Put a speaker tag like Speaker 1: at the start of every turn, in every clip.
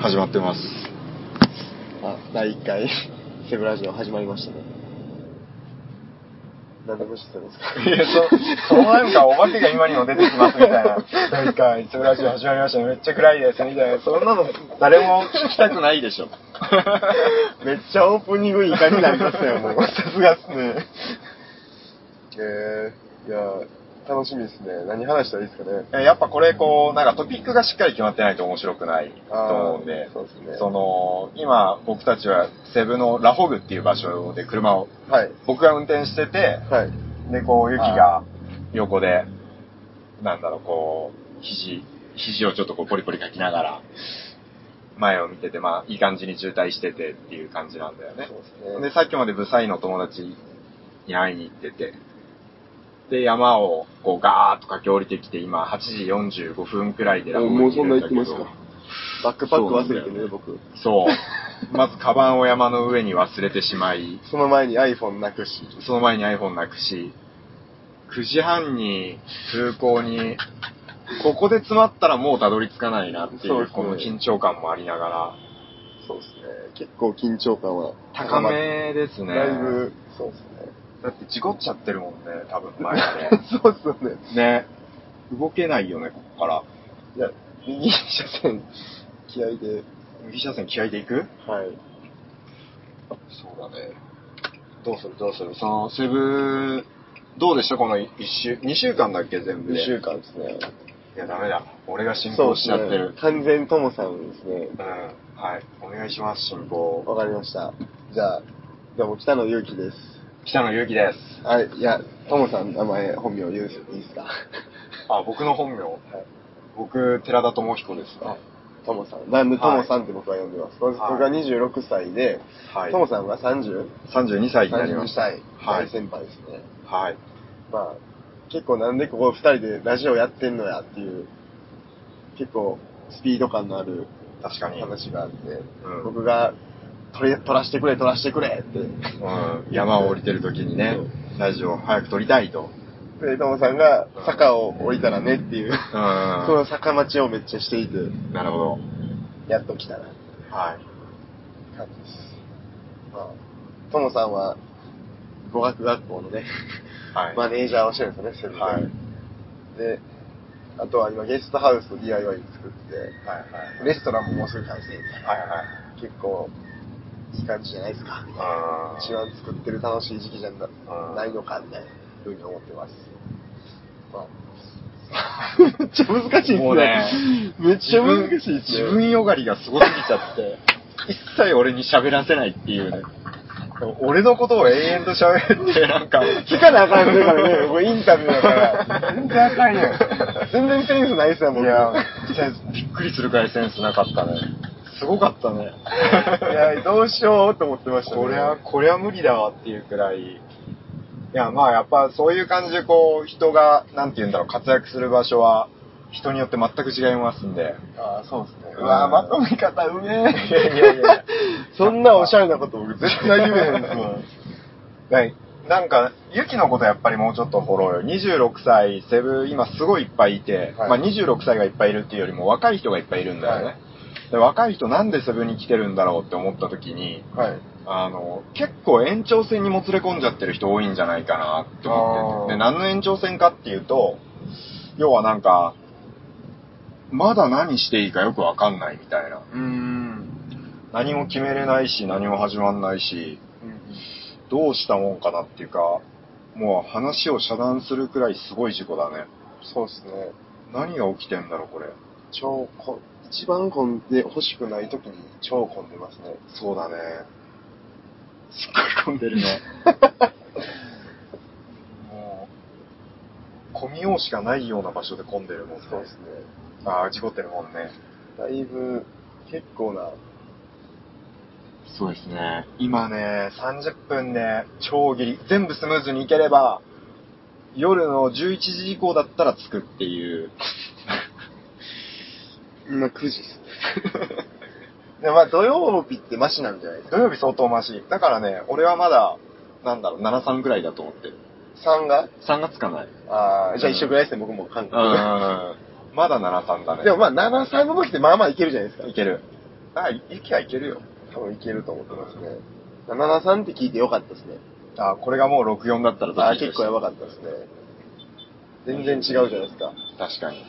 Speaker 1: 始まってます。
Speaker 2: あ、第1回、 セブラジオ始まりましたね。なんで無視するんですか
Speaker 3: いや、そ、そのなんかお化けが今にも出てきますみたいな。なんか、いつもラジオ始まりましたね。めっちゃ暗いですみたいな。そんなの誰も聞きたくないでしょ。
Speaker 2: めっちゃオープニングいい感じになりましたよ、 もう。
Speaker 3: さすがっすね。
Speaker 2: えー、いや、楽しみですね。何話したらいいですかね。
Speaker 3: えやっぱこれこう、なんかトピックがしっかり決まってないと面白くないと
Speaker 2: あー
Speaker 3: 思うんで、
Speaker 2: そうですね
Speaker 3: その、今僕たちはセブのラホグっていう場所で車を、
Speaker 2: はい。
Speaker 3: 僕が運転してて、
Speaker 2: はい。
Speaker 3: で、こう、雪が横で、なんだろう、こう、肘、肘をちょっとこう、ポリポリかきながら、前を見てて、まあ、いい感じに渋滞しててっていう感じなんだよね
Speaker 2: そ。うで
Speaker 3: です
Speaker 2: ね。
Speaker 3: さっきまでブサイの友達に会いに行ってて、で、山をこうガーッと駆け下りてきて、今8時45分くらいでラブホにいるだけど
Speaker 1: もうそんな行って
Speaker 2: バックパック忘れてね、僕。
Speaker 3: そう。まず、カバンを山の上に忘れてしまい、
Speaker 2: その前に iPhone なくし。
Speaker 3: その前に iPhone なくし、9時半に通行に、ここで詰まったらもうたどり着かないなってい
Speaker 2: そ
Speaker 3: う、
Speaker 2: うですね
Speaker 3: この緊張感もありなが
Speaker 2: そうですね。結構緊張感は
Speaker 3: ら、高。めですね。
Speaker 2: だいぶ、そうですね。
Speaker 3: だって事故っちゃってるもんね、多分前で。
Speaker 2: そうですよね。
Speaker 3: ね。動けないよね、ここから。
Speaker 2: いや、右車線、気合で、
Speaker 3: 右車線気合で行く
Speaker 2: はい。
Speaker 3: そうだね。どうするどうするその、セブ、どうでしたこの1週、2週間だっけ全部で。
Speaker 2: 2週間ですね。
Speaker 3: いや、ダメだ。俺が進
Speaker 2: そう
Speaker 3: 行
Speaker 2: で
Speaker 3: し
Speaker 2: す
Speaker 3: ちゃってる
Speaker 2: ね。。完全ともさんですね。
Speaker 3: うん。はい。お願いします、進行。
Speaker 2: わかりました。じゃあ、どうも、北野祐希です。
Speaker 3: 北野ゆうきです。
Speaker 2: はい、いや、ともさん、名前、本名言ういいですか
Speaker 3: あ、僕の本名。僕、寺田智彦です。
Speaker 2: あともさん。なんでともさんって僕は呼んでます。僕
Speaker 3: はい
Speaker 2: が26歳で、
Speaker 3: はい
Speaker 2: ともさんが 30?
Speaker 3: 32歳になりま
Speaker 2: 32
Speaker 3: した。
Speaker 2: 歳。
Speaker 3: はい
Speaker 2: 大先輩ですね。
Speaker 3: はい。
Speaker 2: まあ、結構なんでここ2人でラジオやってんのやっていう、結構スピード感のある
Speaker 3: 確かに。う
Speaker 2: 話があって、
Speaker 3: ん
Speaker 2: 僕が、取れ、取らしてくれ、取らしてくれって。
Speaker 3: ん。山を降りてる時にね、ラジオを早く撮りたいと。
Speaker 2: で、ともさんが、坂を降りたらねっていう。
Speaker 3: う
Speaker 2: その
Speaker 3: ん。
Speaker 2: 坂待ちをめっちゃしていて、
Speaker 3: なるほど。
Speaker 2: やっと来たなって
Speaker 3: はい。
Speaker 2: 感じです。まあ、ともさんは、語学学校のね、
Speaker 3: はい。
Speaker 2: マネージャーをしてるんですよね、セブンで。
Speaker 3: はい。
Speaker 2: で、あとは今、ゲストハウスを DIY 作って、
Speaker 3: はい
Speaker 2: レストランももうすぐ完成みたいな。
Speaker 3: はいはい。
Speaker 2: 結構、いい感じじゃないですか、みたいな。
Speaker 3: あ
Speaker 2: 一番作ってる楽しい時期じゃな
Speaker 3: うん
Speaker 2: ないのか、みたいなふうに思ってます。まあ、 めっちゃ難しいですね。
Speaker 3: もうね
Speaker 2: めっちゃ難しいですね。
Speaker 3: 自分よがりがすごすぎちゃって、 一切俺に喋らせないっていうね。俺のことを永遠と喋って、なんか、
Speaker 2: 聞かなあかんねからね、これインタビューだから。全然あかんよ。全然センスないっすよ、
Speaker 3: い
Speaker 2: 僕。
Speaker 3: や、びっくりするくらいセンスなかったね。すごかったね。
Speaker 2: いやどうしようと思ってました ね。
Speaker 3: こりゃ、こりゃ無理だわっていうくらい。いや、まあやっぱそういう感じでこう、人が、なんて言うんだろう、活躍する場所は、人によって全く違いますんで。
Speaker 2: あそうですね。
Speaker 3: うわ
Speaker 2: ー
Speaker 3: まとめ方うめえ。いやいやいや。
Speaker 2: そんなおしゃれなこと僕絶対言えへんですもん。
Speaker 3: はい。なんか、ユキのことやっぱりもうちょっとフォローよ。26歳、セブン、今すごいいっぱいいて、
Speaker 2: はい
Speaker 3: まあ26歳がいっぱいいるっていうよりも若い人がいっぱいいるんだよね。
Speaker 2: はい
Speaker 3: で若い人なんでセブンに来てるんだろうって思った時に、
Speaker 2: はい。
Speaker 3: あの、結構延長戦にもつれ込んじゃってる人多いんじゃないかなって思って
Speaker 2: あー
Speaker 3: て。で、何の延長戦かっていうと、要はなんか、まだ何していいかよくわかんないみたいな。
Speaker 2: うーん。
Speaker 3: 何も決めれないし、何も始まんないし、どうしたもんかなっていうか、もう話を遮断するくらいすごい事故だね。
Speaker 2: そうですね。
Speaker 3: 何が起きてんだろう、これ。
Speaker 2: 超こ、一番混んで欲しくない時に超混んでますね。
Speaker 3: そうだね。すっごい混んでる ね。もう、混みようしかないような場所で混んでるもんね。
Speaker 2: そうですね。
Speaker 3: ああ、事故ってるもんね。
Speaker 2: だいぶ、結構な、
Speaker 3: そうですね。今ね、30分で超ギリ、全部スムーズに行ければ、夜の11時以降だったら着くっていう。
Speaker 2: 今9時です。 でまあ土曜日ってマシなんじゃないですか。
Speaker 3: 土曜日相当マシ。だからね、俺はまだ、なんだろう、7、3ぐらいだと思ってる。
Speaker 2: 3が
Speaker 3: 3月かない。
Speaker 2: ああ、じゃあ一緒ぐらいですね、僕も韓国。
Speaker 3: まだ7、3だね。
Speaker 2: でもまあ、7、3の時ってまあまあいけるじゃないですか。
Speaker 3: いける。あ、駅はいけるよ。
Speaker 2: 多分いけると思ってますね。73って聞いてよかったですね。
Speaker 3: あ、これがもう64だったら
Speaker 2: あー結構やば
Speaker 3: か
Speaker 2: かったですね。全然違うじゃないですか。
Speaker 3: った。確かに。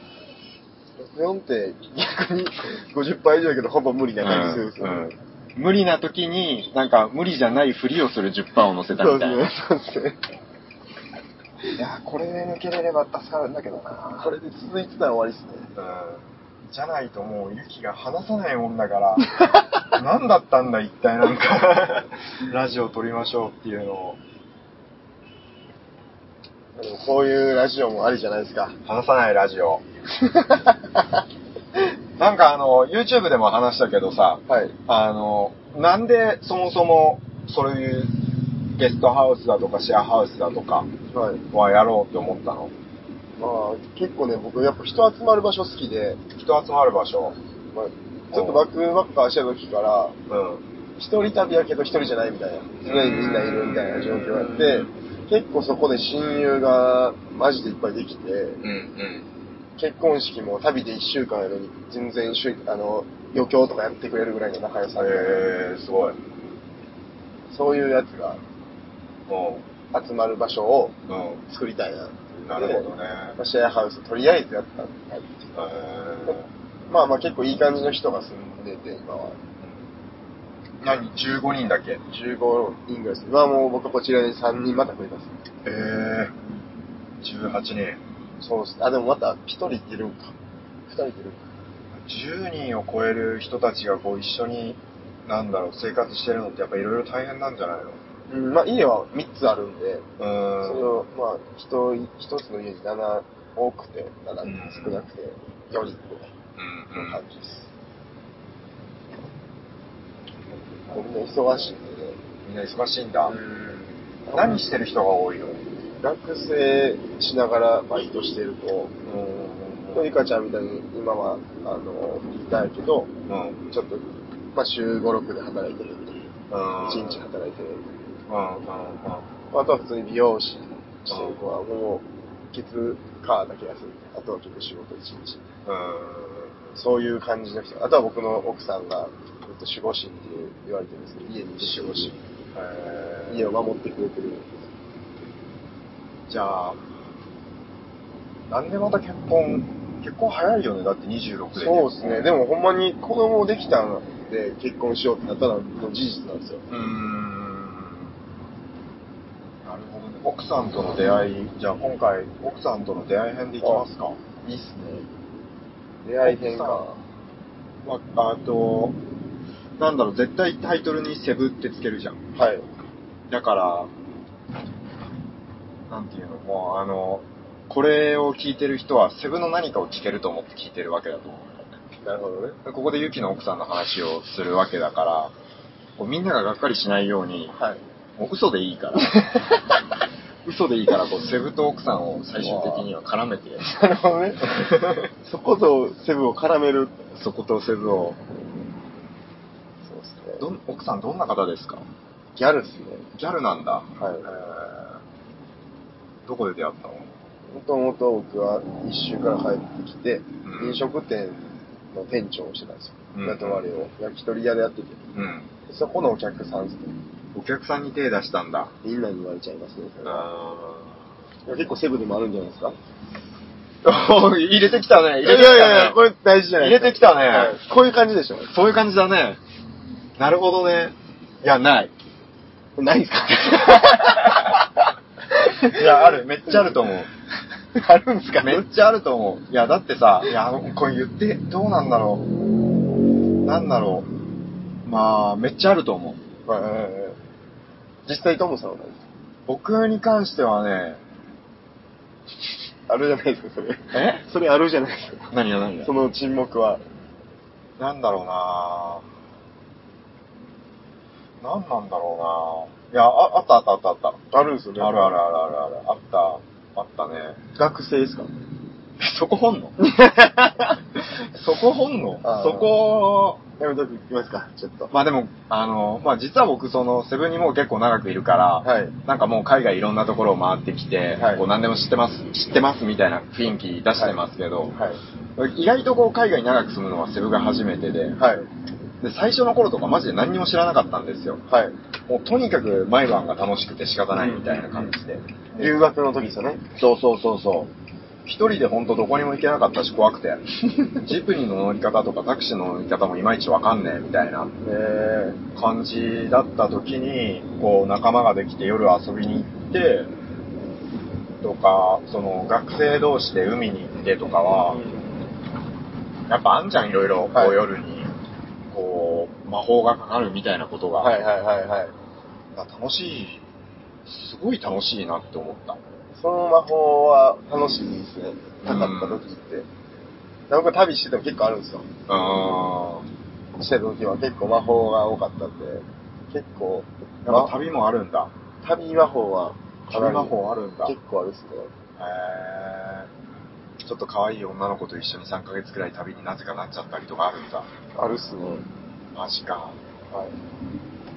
Speaker 2: 64って逆に50倍以上やけどほぼ無理な感じするんですよね。
Speaker 3: うんうん無理な時に、なんか無理じゃないふりをする10%を乗せた
Speaker 2: そう
Speaker 3: み
Speaker 2: で
Speaker 3: た
Speaker 2: す
Speaker 3: い
Speaker 2: ね
Speaker 3: な。。
Speaker 2: そうですね。
Speaker 3: いや、これ抜けれれば助かるんだけどな
Speaker 2: これで続いてたら終わりですね。
Speaker 3: うんじゃないともう、ユキが話さないもんだから、何だったんだ一体なんか、ラジオ撮りましょうっていうのを、
Speaker 2: でもこういうラジオもありじゃないですか。
Speaker 3: 話さないラジオ。なんかあの、YouTube でも話したけどさ、
Speaker 2: はい。
Speaker 3: あの、なんでそもそも、そういうゲストハウスだとかシェアハウスだとか
Speaker 2: はい。
Speaker 3: はやろうって思ったの
Speaker 2: まあ、結構ね、僕、やっぱ人集まる場所好きで、
Speaker 3: 人集まる場所。
Speaker 2: まあ、ちょっとバックバッカーしてた時から、
Speaker 3: うん。
Speaker 2: 一人旅やけど一人じゃないみたいな、常にみんないるみたいな状況があって、結構そこで親友がマジでいっぱいできて、
Speaker 3: うん
Speaker 2: 結婚式も旅で1週間やのに、全然週あの余興とかやってくれるぐらいの仲良さで、
Speaker 3: へえー、すごい。
Speaker 2: そういうやつが
Speaker 3: う
Speaker 2: 集まる場所を
Speaker 3: ん。
Speaker 2: 作りたいなって
Speaker 3: う。
Speaker 2: いう
Speaker 3: なる
Speaker 2: んので
Speaker 3: ほどね。
Speaker 2: まあシェアハウスとりあえずやったんで
Speaker 3: え
Speaker 2: まあまあ結構いい感じの人が住んでて、今は。
Speaker 3: ー、何 ?15 人だっけへ
Speaker 2: 15人ぐらいです。今はもう僕はこちらに3人また増えます。
Speaker 3: えー、18人。
Speaker 2: そうですね。あ、でもまた1人いるんか。2人いるんか。
Speaker 3: 10人を超える人たちがこう一緒に、なんだろう、生活してるのってやっぱいろいろ大変なんじゃないの
Speaker 2: うん、まあ家は3つあるんで、
Speaker 3: う
Speaker 2: そ
Speaker 3: ー
Speaker 2: れ
Speaker 3: ん。
Speaker 2: をまあ人い、1つの家に7、多くて7、少なくて4人ぐらいの感じです。みんな忙しいんでね。
Speaker 3: みんな忙しいんだ。
Speaker 2: うん
Speaker 3: 何してる人が多いのう
Speaker 2: 学生しながらバイトしてると、
Speaker 3: ー
Speaker 2: と
Speaker 3: ん
Speaker 2: ゆかちゃんみたいに今は、あの、ギターやけ
Speaker 3: う
Speaker 2: ど、
Speaker 3: ん。
Speaker 2: ちょっと、まあ、週5、6で働いてるみたい
Speaker 3: う
Speaker 2: な。
Speaker 3: ん。
Speaker 2: 1日働いてる。
Speaker 3: うんうんう
Speaker 2: あとは普通に美容師してる子は、もう、月、火だけ休み。あとは結構仕事1日。
Speaker 3: ん。
Speaker 2: そういう感じの人。あとは僕の奥さんが、ずっと守護神っていう言われてるんですけど、家にいて
Speaker 3: うん。
Speaker 2: 守護神。
Speaker 3: い
Speaker 2: 家
Speaker 3: や
Speaker 2: を守ってくれてる。
Speaker 3: じゃあ、なんでまた結婚、結婚早いよね、だって26で。
Speaker 2: そうですね。でもほんまに子供できたんで結婚しようってなったのはもう事実なんですよ。
Speaker 3: うーんなるほどね。奥さんとの出会い、じゃあ今回、奥さんとの出会い編でいきますか。
Speaker 2: いいっすね。出会い変化。
Speaker 3: まあ、あと、なんだろう、絶対タイトルにセブってつけるじゃん。
Speaker 2: はい。
Speaker 3: だから、なんていうの、もうあの、これを聞いてる人はセブの何かを聞けると思って聞いてるわけだと思うんだよね。
Speaker 2: なるほどね。
Speaker 3: ここでユキの奥さんの話をするわけだから、こうみんなががっかりしないように、
Speaker 2: はい。
Speaker 3: もう嘘でいい から。嘘でいいから、こう、セブと奥さんを最終的には絡めて、
Speaker 2: なるほど ね。そことセブンを絡める。
Speaker 3: そことセブを。
Speaker 2: そうですね
Speaker 3: どん奥さんどんな方ですか
Speaker 2: ギャルっすね。
Speaker 3: ギャルなんだ。
Speaker 2: はい
Speaker 3: え。ーどこで出会ったの
Speaker 2: もともと僕は一周から入ってきて、
Speaker 3: うん
Speaker 2: 飲食店の店長をしてたんですよ。
Speaker 3: うん
Speaker 2: 雇われを。焼き鳥屋でやってて。
Speaker 3: うん。
Speaker 2: そこのお客さんですね。
Speaker 3: お客さんに手出したんだ。
Speaker 2: みんなに言われちゃいますね。それは
Speaker 3: あ
Speaker 2: 結構セブンでもあるんじゃないですか
Speaker 3: ー 入れてきたね。入
Speaker 2: い
Speaker 3: れ
Speaker 2: や
Speaker 3: てき
Speaker 2: い
Speaker 3: たね。
Speaker 2: やいや、これ大事じゃない
Speaker 3: 入れてきたね
Speaker 2: はいこういう感じでしょ。
Speaker 3: そういう感じだね。なるほどね。いや、ない。
Speaker 2: ないですか
Speaker 3: いや、ある。めっちゃあると思う。
Speaker 2: あるんですか
Speaker 3: めっちゃあると思う。いや、だってさ、いや、あのこれ言って、どうなんだろう。なんだろう。まあ、めっちゃあると思う。
Speaker 2: はいはいはいはい実際トムさんはないです
Speaker 3: 僕に関してはね、
Speaker 2: かあるじゃないですか、それ。
Speaker 3: え
Speaker 2: それあるじゃないですか。
Speaker 3: 何が何
Speaker 2: その沈黙は。
Speaker 3: なんだろうな何なんだろうないやあ、あったあったあったあった。
Speaker 2: あるんですよね。
Speaker 3: あるあるあるあるある。あった、あったね。
Speaker 2: 学生ですか
Speaker 3: そこ本の そこ本の
Speaker 2: あー
Speaker 3: そこ
Speaker 2: やめときますか、ちょっと。
Speaker 3: まあでも、あの、まあ実は僕、その、セブンにもう結構長くいるから、
Speaker 2: はい。
Speaker 3: なんかもう海外いろんなところを回ってきて、
Speaker 2: はい
Speaker 3: こう何でも知ってます、知ってますみたいな雰囲気出してますけど、
Speaker 2: はい。
Speaker 3: 意外とこう海外に長く住むのはセブが初めてで、
Speaker 2: はい。
Speaker 3: で、最初の頃とかマジで何にも知らなかったんですよ。
Speaker 2: はい。
Speaker 3: もうとにかく毎晩が楽しくて仕方ないみたいな感じで。
Speaker 2: 留学の時ですよね。
Speaker 3: そうそうそうそう。一人でほんとどこにも行けなかったし怖くて。ジプニーの乗り方とかタクシーの乗り方もいまいちわかんねえみたいな
Speaker 2: え
Speaker 3: 感じだった時に、こう仲間ができて夜遊びに行って、とか、その学生同士で海に行ってとかは、やっぱあんじゃんいろいろ、こ
Speaker 2: はいう
Speaker 3: 夜に、こう、魔法がかかるみたいなことが、
Speaker 2: はいはいはいはい。
Speaker 3: 楽しい、すごい楽しいなって思った。
Speaker 2: その魔法は楽しいですね。なかった時って。僕旅してても結構あるんですよ。
Speaker 3: あー
Speaker 2: してた時は結構魔法が多かったんで、結構、
Speaker 3: やっぱ旅もあるんだ。
Speaker 2: 旅魔法はかな
Speaker 3: 旅
Speaker 2: り
Speaker 3: 魔法あるんだ。へ
Speaker 2: 結構あるっすね。
Speaker 3: ーちょっと可愛い女の子と一緒に3ヶ月くらい旅になぜかなっちゃったりとかあるんだ。
Speaker 2: あるっすね。
Speaker 3: マジか。
Speaker 2: は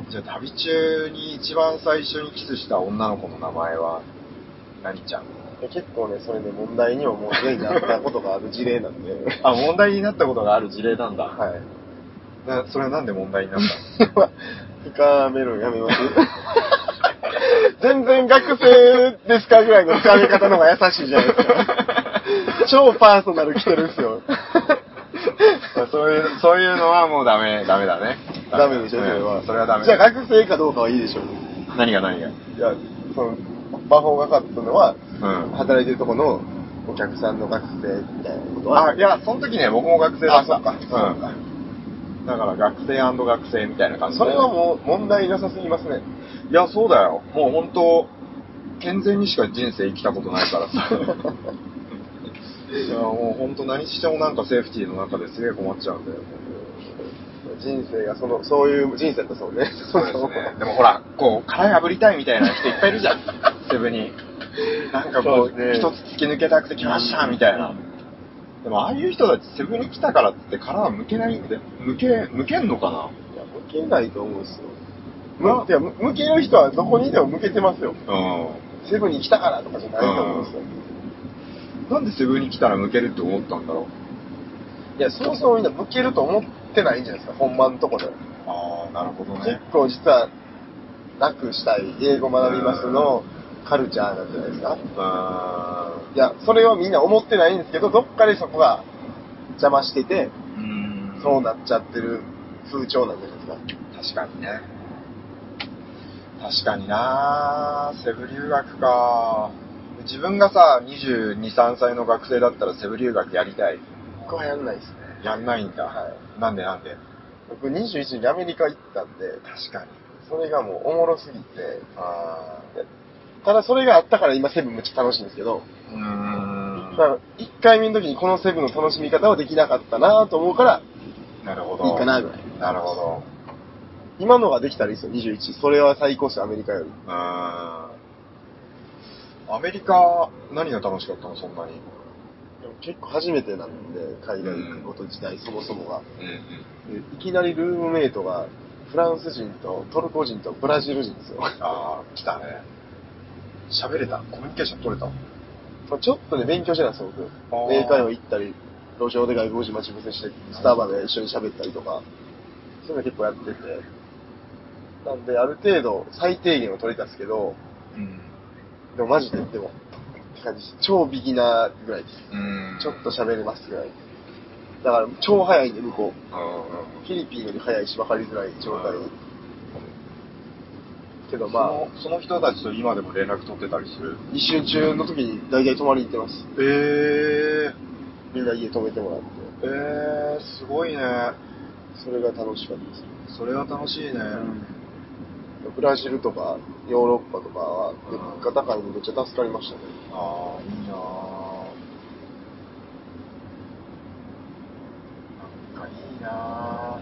Speaker 2: い。
Speaker 3: じゃあ旅中に一番最初にキスした女の子の名前は何ちゃん
Speaker 2: で結構ね、それね、問題にももうすでになったことがある事例なんで。
Speaker 3: あ、問題になったことがある事例なんだ。
Speaker 2: はい。
Speaker 3: なそれなんで問題になったの
Speaker 2: 深めるのやめます 全然学生ですかぐらいの深め方の方が優しいじゃないですか。 超パーソナル来てるんですよ。
Speaker 3: まあそういう、そういうのはもうダメ、ダメだね。
Speaker 2: ダメでしょ、それは。
Speaker 3: うんそれはダメ。
Speaker 2: じゃあ学生かどうかはいいでしょう。
Speaker 3: 何が何が。
Speaker 2: いや、その、魔法がかかったのは、
Speaker 3: うん。
Speaker 2: 働いてるとこのお客さんの学生みたいなことは。
Speaker 3: あ、いや、その時ね、僕も学生だった。
Speaker 2: あそっかそっか
Speaker 3: うん。だから学生学生みたいな感じ
Speaker 2: そ
Speaker 3: だ
Speaker 2: れ
Speaker 3: ね
Speaker 2: はもう問題なさすぎますね。
Speaker 3: いや、そうだよ。もう本当、健全にしか人生生きたことないから さ。いや、もう本当何してもなんかセーフティーの中ですげえ困っちゃうんだよ。
Speaker 2: 人生がその、そういう人生だったそうね。
Speaker 3: そうです ね。でもほら、こう、殻破りたいみたいな人いっぱいいるじゃん。セブンに。なんかこう、
Speaker 2: そうね
Speaker 3: 一つ突き抜けたくて来ました、みたいな。でもああいう人たちセブンに来たからっつって殻は向けないんで、向け、向けんのかない
Speaker 2: や、向けないと思うんですよ。むてかむ向ける人はどこにでも向けてますよ。
Speaker 3: う
Speaker 2: セブンに来たからとかじゃないと思うんですよ。
Speaker 3: ん。なんでセブンに来たら向けるって思ったんだろう。
Speaker 2: いや、そもそもみんな向けると思ってないんじゃないですか、本番のとこで。
Speaker 3: ああ、なるほど
Speaker 2: 結。構実は、楽したい、英語学びますの、カルチャーなんじゃないですか。いや、それはみんな思ってないんですけど、どっかでそこが邪魔してて、
Speaker 3: うん。
Speaker 2: そうなっちゃってる風潮なんじゃないですか。
Speaker 3: 確かにね。確かになセブ留学か。自分がさ、22、3歳の学生だったらセブ留学やりたい。
Speaker 2: 僕はやんないですね。
Speaker 3: やんないんだ。
Speaker 2: は
Speaker 3: なんでなんで
Speaker 2: 僕21にアメリカ行ったんで、
Speaker 3: 確かに。
Speaker 2: それがもうおもろすぎて、
Speaker 3: あ
Speaker 2: ただそれがあったから今セブンめっちゃ楽しいんですけど、
Speaker 3: ーうーん。
Speaker 2: だ1回目の時にこのセブンの楽しみ方はできなかったなと思うから、
Speaker 3: なるほど。
Speaker 2: いいかなぐらい。
Speaker 3: なるほど。
Speaker 2: 今のができたらいいですよ、21。それは最高っすよ、アメリカより。
Speaker 3: うーん。アメリカ、何が楽しかったのそんなに。
Speaker 2: でも結構初めてなんで、海外行くこと自体、そもそもが。
Speaker 3: うん。
Speaker 2: でいきなりルームメイトが、フランス人とトルコ人とブラジル人ですよ。
Speaker 3: ああ、来たね。喋れたコミュニケーション取れた
Speaker 2: ちょっとね、勉強してたんですよ、
Speaker 3: あ
Speaker 2: 僕。
Speaker 3: ー
Speaker 2: 英会話行ったり、路上で外国人待ち伏せして、スタバで一緒に喋ったりとか、そういうの結構やってて。なんで、ある程度、最低限は取れたんですけど、
Speaker 3: うん。
Speaker 2: でもマジで、でも、って感じです超ビギナーぐらいです。
Speaker 3: うん。
Speaker 2: ちょっと喋れますぐらい。だから、超早いんで、向こう。
Speaker 3: うんうん。
Speaker 2: フィリピンより早いし、分かりづらい状態
Speaker 3: うん。
Speaker 2: けど、まあ、
Speaker 3: そのその人たちと今でも連絡取ってたりする
Speaker 2: 一周中の時に大体泊まりに行ってます。
Speaker 3: え
Speaker 2: みんな家泊めてもらって。
Speaker 3: ええー、すごいね
Speaker 2: それが楽しかったです。
Speaker 3: それは楽しいね、
Speaker 2: ブラジルとかヨーロッパとかは物価高いのでめっちゃ助かりましたね。
Speaker 3: ああいいなあなんかいいなあ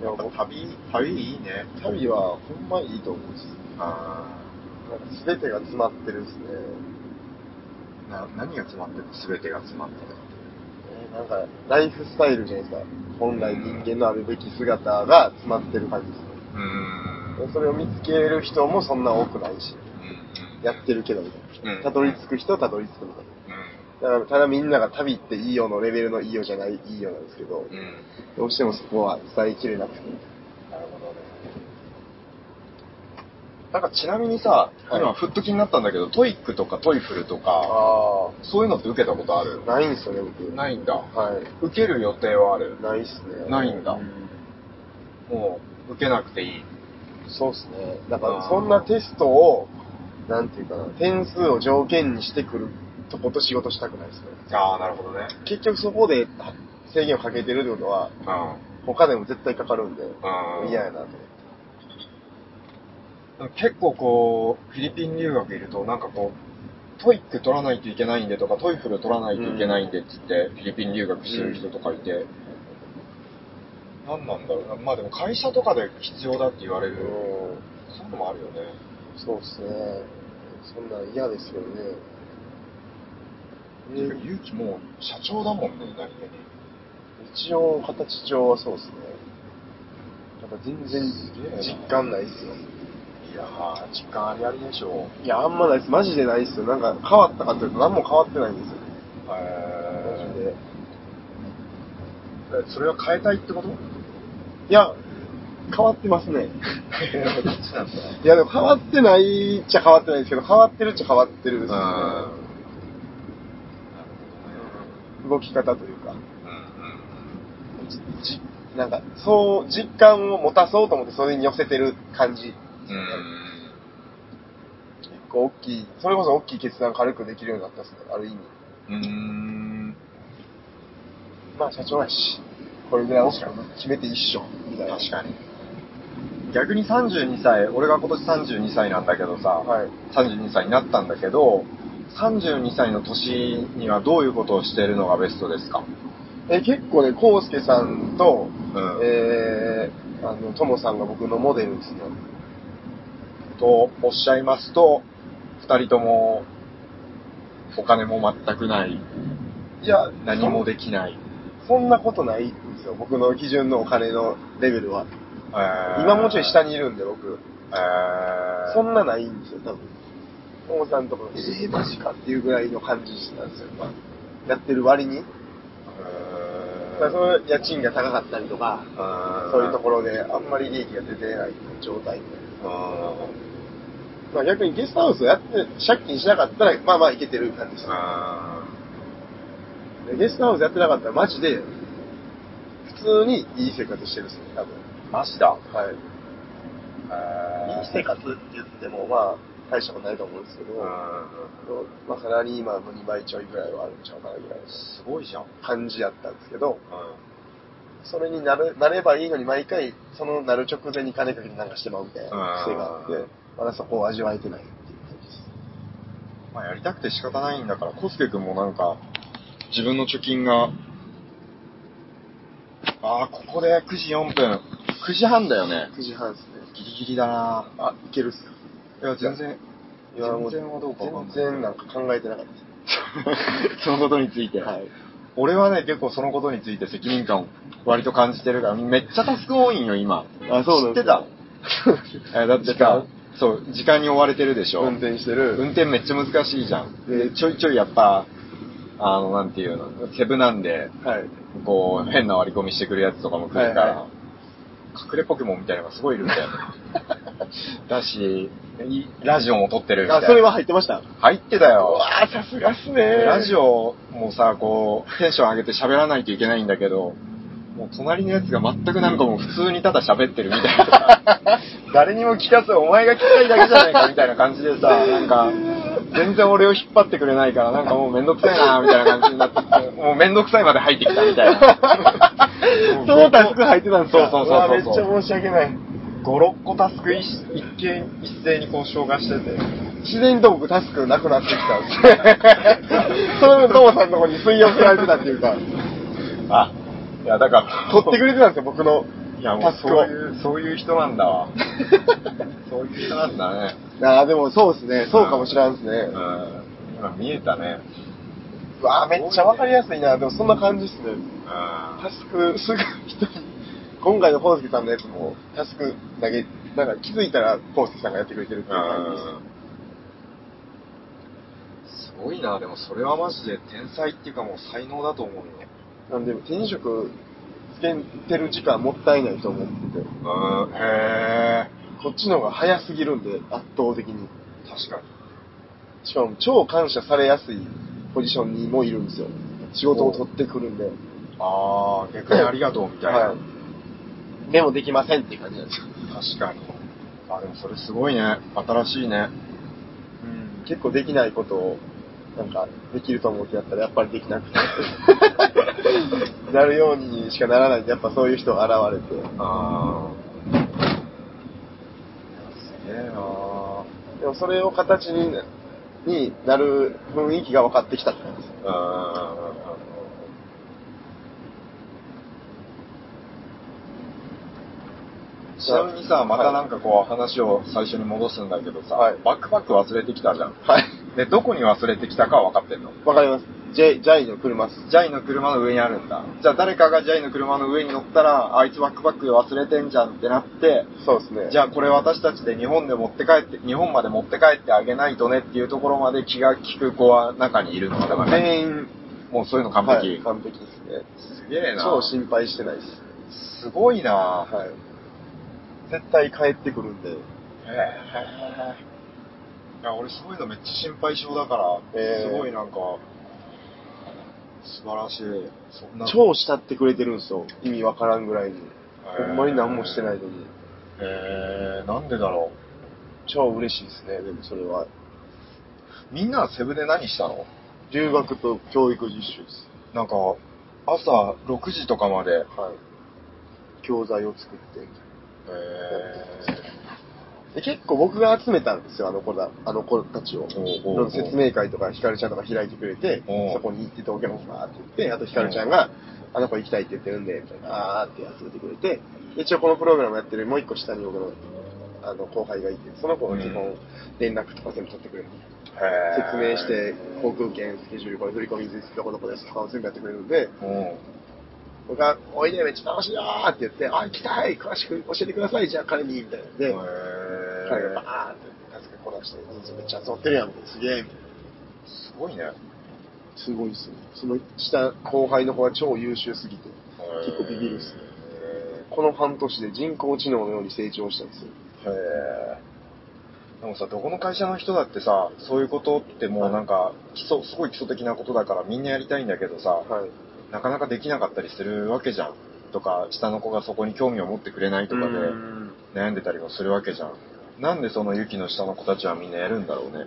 Speaker 2: いや、
Speaker 3: やっぱ
Speaker 2: もう
Speaker 3: 旅旅いいね
Speaker 2: 旅はほんまいいと思うんです。
Speaker 3: あ
Speaker 2: なんか全てが詰まってるんですね。
Speaker 3: あな何が詰まってる全てが詰まってる
Speaker 2: えーなんかライフスタイルじゃないですか。本来人間のあるべき姿が詰まってる感じです
Speaker 3: うーん
Speaker 2: ね。それを見つける人もそんな多くないし、やってるけどみたいな。たどり着く人はたどり着くみたいな。
Speaker 3: うん
Speaker 2: だから、ただみんなが旅っていいよのレベルのいいよじゃないいいよなんですけ
Speaker 3: う
Speaker 2: ど、
Speaker 3: ん。
Speaker 2: どうしてもそこは伝えきれなくて。
Speaker 3: なるほどね。なんかちなみにさ、
Speaker 2: はい
Speaker 3: 今ふっと気になったんだけど、トイックとかトイフルとか、
Speaker 2: あ
Speaker 3: そういうのって受けたことある
Speaker 2: あ、ないんすよね、僕。
Speaker 3: ないんだ。
Speaker 2: はい。
Speaker 3: 受ける予定はある。
Speaker 2: ないっすね。
Speaker 3: ないんだ
Speaker 2: う
Speaker 3: もう、受けなくていい。
Speaker 2: そうっすね。だか
Speaker 3: あ
Speaker 2: ら、
Speaker 3: ー
Speaker 2: そんなテストを、なんていうかな、点数を条件にしてくるとこと仕事したくないですね。
Speaker 3: ああ、なるほどね。
Speaker 2: 結局そこであ制限をかけてるってことは、他でも絶対かかるんで、
Speaker 3: うん
Speaker 2: 嫌やなと思って。
Speaker 3: うん。結構こう、フィリピン留学いると、なんかこう、トイック取らないといけないんでとか、トイフル取らないといけないんでっつって、フィリピン留学してる人とかいて、なん、何なんだろうな。まあでも会社とかで必要だって言われる、
Speaker 2: うん
Speaker 3: そういうのもあるよね。
Speaker 2: そうっすね。そんなん嫌ですよね。
Speaker 3: ていうか勇気もう社長だもんね、何気に。
Speaker 2: 一応、形上はそうっすね。なんか全然
Speaker 3: すげえな
Speaker 2: 実感ないっすよ。
Speaker 3: いやー、実感ありありでしょ
Speaker 2: いや、あんまないっす。マジでないっすよ。なんか変わったかというと何も変わってないんですよ。
Speaker 3: う。へ
Speaker 2: マジで。
Speaker 3: ー。それは変えたいってこと
Speaker 2: いや、変わっ てますね。
Speaker 3: どっちなんだ
Speaker 2: いや、でも変わってないっちゃ変わってないですけど、変わってるっちゃ変わってるですね。動き方というか。じじなんか、そう、実感を持たそうと思ってそれに寄せてる感じ。結構大きい、それこそ大きい決断軽くできるようになったですね、ある意味。
Speaker 3: うん。
Speaker 2: まあ社長やし、これぐらいのしか決めて一緒、みたいな。
Speaker 3: 確かに。逆に32歳、俺が今年32歳なんだけどさ、
Speaker 2: はい。
Speaker 3: 32歳になったんだけど、32歳の年にはどういうことをしてるのがベストですか
Speaker 2: え、結構ね、コウスケさんと、
Speaker 3: うん
Speaker 2: えー、あの、ともさんが僕のモデルですね。
Speaker 3: とおっしゃいますと、二人ともお金も全くない、
Speaker 2: いや、
Speaker 3: 何もできない。
Speaker 2: そんなことないんですよ、僕の基準のお金のレベルは。今
Speaker 3: 今
Speaker 2: もうちょい下
Speaker 3: に。
Speaker 2: にいるんで、僕。
Speaker 3: えー
Speaker 2: そんなないんですよ、多分。ともさんとか、えー、マジかっていうぐらいの感じなんですよ、まあやってる割に。
Speaker 3: え
Speaker 2: だか
Speaker 3: ー
Speaker 2: らその家賃が高かったりとか、
Speaker 3: うん
Speaker 2: そういうところであんまり利益が出てない状態。
Speaker 3: うん
Speaker 2: まあ逆にゲストハウスをやって、借金しなかったら、まあまあいけてる感じですよでゲストハウスやってなかったらマジで、普通にいい生活してるっすね、多分。
Speaker 3: マジだ。
Speaker 2: はい。いい
Speaker 3: え
Speaker 2: 生活って言っても、まあ、大したことないと思うんですけど、まあ、サラリーマンの2倍ちょいぐらいはあるんちゃうかなぐらいの
Speaker 3: すごいじゃん。
Speaker 2: 感じやったんですけど、それになるなればいいのに毎回、そのなる直前に金かけてなんかしてまうみたいな癖があって
Speaker 3: うん、
Speaker 2: まだそこを味わえてないっていう感じです。
Speaker 3: まあやりたくて仕方ないんだから、コスケ君もなんか、自分の貯金が、ああ、ここで9時4分。9時半だよね。
Speaker 2: 9時半ですね。
Speaker 3: ギリギリだな
Speaker 2: あ、いけるっすか
Speaker 3: いや、全然。
Speaker 2: いやもう
Speaker 3: 全然はどうかわかんない
Speaker 2: 全然なんか考えてなかった で
Speaker 3: そのことについて。
Speaker 2: す。はい。
Speaker 3: 俺はね、結構そのことについて責任感を割と感じてるから、めっちゃタスク多いんよ、今。
Speaker 2: あそうなん
Speaker 3: 知って
Speaker 2: で
Speaker 3: た
Speaker 2: すか
Speaker 3: えだって
Speaker 2: 時間
Speaker 3: さ、そう、時間に追われてるでしょ。
Speaker 2: 運転してる。
Speaker 3: 運転めっちゃ難しいじゃん。で、
Speaker 2: うん
Speaker 3: ちょいちょいやっぱ、あの、なんていうの、セブなんで、
Speaker 2: はい。
Speaker 3: こう、変な割り込みしてくるやつとかも来るから、
Speaker 2: はいは
Speaker 3: 隠れポケモンみたいなのがすごいいるんだよ。 だし、いラジオも撮ってるみたい
Speaker 2: あ、
Speaker 3: な。
Speaker 2: それは入ってました。
Speaker 3: 入ってた
Speaker 2: う
Speaker 3: よ。
Speaker 2: わー、さすがっすね
Speaker 3: ラジ
Speaker 2: オ。
Speaker 3: オもさ、こう、テンション上げて喋らないといけないんだけど、もう隣のやつが全くなんかもう普通にただ喋ってるみたいな。 誰にも聞かず、お前が聞きたいだけじゃないかみたいな感じでさ、なんか、全然俺を引っ張ってくれないから、なんかもうめんどくさいなみたいな感じになってきて、もうめんどくさいまで入ってきたみたいな。
Speaker 2: そのタスク入ってたんですか
Speaker 3: そうそうそうそう
Speaker 2: わーめっちゃ申し訳ない。
Speaker 3: 5、6個タスク一一見一斉にこう消化してて、
Speaker 2: 自然と僕タスクなくなってきたん ですね。その分、ともさんのとこに吸い寄せられてたっていうか、
Speaker 3: あ、いやだから、
Speaker 2: 取ってくれてたんですよ、僕の
Speaker 3: いやもう
Speaker 2: タス
Speaker 3: そ
Speaker 2: クを
Speaker 3: う。いう、そういう人なんだわ。そういう人なんだね。
Speaker 2: ああ、でもそうですね。そうかもしらんですね。
Speaker 3: うん。今見えたね。
Speaker 2: うわあ、めっちゃわかりやすいな。でもそんな感じですね。
Speaker 3: うん。
Speaker 2: タスク、すぐ人に、今回のコウスケさんのやつも、タスク投げ、なんか気づいたらコウスケさんがやってくれてるっていう感じです。
Speaker 3: そごいな、でもそれはマジで天才っていうかもう才能だと思うよ。
Speaker 2: なんで、転職つけてる時間もったいないと思ってて、
Speaker 3: うん、へえ。
Speaker 2: こっちの方が早すぎるんで、圧倒的に。
Speaker 3: 確かに。
Speaker 2: しかも、超感謝されやすいポジションにもいるんですよ。仕事を取ってくるんで。
Speaker 3: ああ、逆にありがとうみたいな。
Speaker 2: はい。でもできませんっていう感じなんですよ。
Speaker 3: 確かに。あ、でもそれすごいね。新しいね。うん。
Speaker 2: 結構できないことを、なんか、できると思ってやったら、やっぱりできなくて。 なるようにしかならないんで、やっぱそういう人が現れて。
Speaker 3: ああ。すげえなー
Speaker 2: でもそれを形にになる雰囲気が分かってきたって感じです。
Speaker 3: うーん。ちなみにさ、またなんかこう話を最初に戻すんだけどさ、
Speaker 2: はい
Speaker 3: バックパック忘れてきたじゃん。
Speaker 2: はい。
Speaker 3: で、どこに忘れてきたかは分かってんの
Speaker 2: わかります。ジェイ、ジャイの車っす。
Speaker 3: ジャイの車の上にあるんだ。じゃあ誰かがジャイの車の上に乗ったら、あいつバックパック忘れてんじゃんってなって、
Speaker 2: そうですね。
Speaker 3: じゃあこれ私たちで日本で持って帰って、日本まで持って帰ってあげないとねっていうところまで気が利く子は中にいるのだからね。
Speaker 2: 全員、
Speaker 3: もうそういうの完
Speaker 2: は
Speaker 3: 璧。
Speaker 2: い、完璧ですね。
Speaker 3: すげえな。
Speaker 2: 超心配してないです。
Speaker 3: すごいな
Speaker 2: はい。絶対帰ってくるんで。
Speaker 3: へえ。いや、俺そういうのめっちゃ心配性だから、
Speaker 2: へえ
Speaker 3: すごいなんか、素晴らしい。そんな。
Speaker 2: 超慕ってくれてるんですよ。意味わからんぐらいに。ほんまに何もしてない
Speaker 3: へ
Speaker 2: のに。
Speaker 3: え、なんでだろ
Speaker 2: 超嬉しいですね、でもそれは。
Speaker 3: う。みんなはセブで何したの
Speaker 2: 留学と教育実習です。
Speaker 3: なんか、朝6時とかまで、へ
Speaker 2: はい。教材を作って。
Speaker 3: え。
Speaker 2: で結構僕が集めたんですよ、あの子だ、あの子たちを。
Speaker 3: おうおうおう
Speaker 2: 説明会とか、ひかるちゃんとか開いてくれて
Speaker 3: おう、
Speaker 2: そこに行って東京のバーって言って、あとひかるちゃんが、あの子行きたいって言ってるんで、みたいな、あーって集めてくれて、で一応このプログラムやってるもう一個下に僕の、あの、後輩がいて、その子が基
Speaker 3: う
Speaker 2: 本、連絡とか全部取ってくれる。
Speaker 3: へ
Speaker 2: 説明し。て、航空券、スケジュール、これ振り込みです、どこどこですとかを全部やってくれるんで、
Speaker 3: うん。
Speaker 2: 僕が、おいで、めっちゃ楽しいよーって言って、あ、行きたい詳しく教えてください、じゃあ彼に、みたいなんで、彼が
Speaker 3: へ
Speaker 2: バーンって助けこなして、人数めっちゃ集まってるやん、すげえ、みたい
Speaker 3: え。
Speaker 2: な。
Speaker 3: すごいね。
Speaker 2: すごいですね。その下、後輩の子は超優秀すぎて、結構ビビるっすね。
Speaker 3: ね。
Speaker 2: この半年で人工知能のように成長したんですよ。
Speaker 3: へえ。でもさ、どこの会社の人だってさ、そういうことってもうなんか、基礎、すごい基礎的なことだからみんなやりたいんだけどさ、
Speaker 2: はい。
Speaker 3: なかなかできなかったりするわけじゃん。とか、下の子がそこに興味を持ってくれないとかで
Speaker 2: うん
Speaker 3: 悩んでたりもするわけじゃん。なんでそのユキの下の子たちはみんなやるんだろうね。